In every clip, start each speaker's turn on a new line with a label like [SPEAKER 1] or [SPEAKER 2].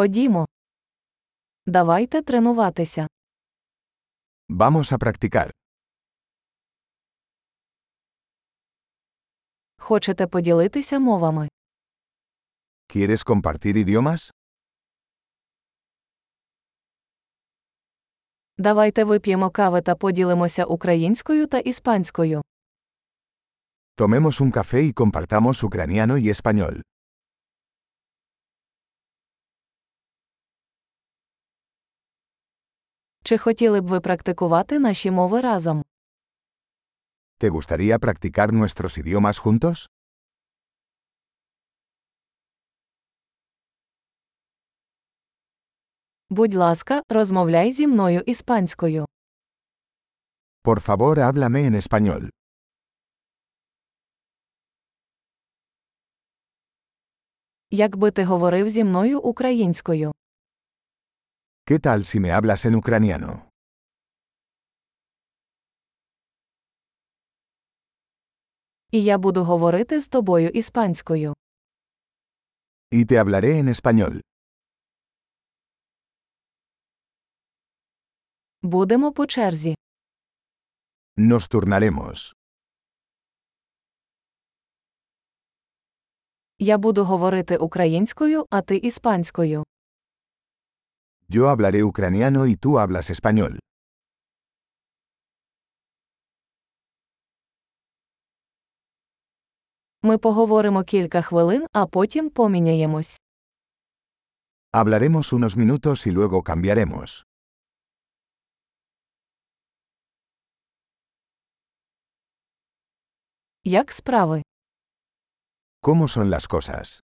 [SPEAKER 1] Ходімо. Давайте тренуватися.
[SPEAKER 2] Vamos a practicar.
[SPEAKER 1] Хочете поділитися мовами?
[SPEAKER 2] ¿Quieres compartir idiomas?
[SPEAKER 1] Давайте вип'ємо кави та поділимося українською та іспанською.
[SPEAKER 2] Tomemos un café y compartamos ucraniano y español.
[SPEAKER 1] Чи хотіли б ви практикувати наші мови разом?
[SPEAKER 2] ¿Te gustaría practicar nuestros idiomas juntos?
[SPEAKER 1] Будь ласка, розмовляй зі мною іспанською.
[SPEAKER 2] Por favor, háblame en español.
[SPEAKER 1] Якби ти говорив зі мною українською.
[SPEAKER 2] ¿Qué tal si me hablas en ucraniano?
[SPEAKER 1] І я буду говорити з тобою іспанською.
[SPEAKER 2] Y te hablaré en español.
[SPEAKER 1] Будемо по черзі.
[SPEAKER 2] Nos turnaremos.
[SPEAKER 1] Я буду говорити українською, а ти іспанською.
[SPEAKER 2] Yo hablaré ucraniano y tú hablas español.
[SPEAKER 1] Ми поговоримо кілька хвилин, а потім поміняємось.
[SPEAKER 2] Hablaremos unos minutos y luego cambiaremos.
[SPEAKER 1] Як справи?
[SPEAKER 2] ¿Cómo son las cosas?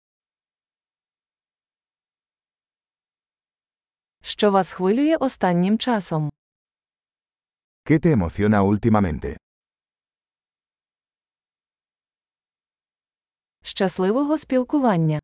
[SPEAKER 1] Що вас хвилює останнім часом?
[SPEAKER 2] ¿Qué te emociona últimamente?
[SPEAKER 1] Щасливого спілкування!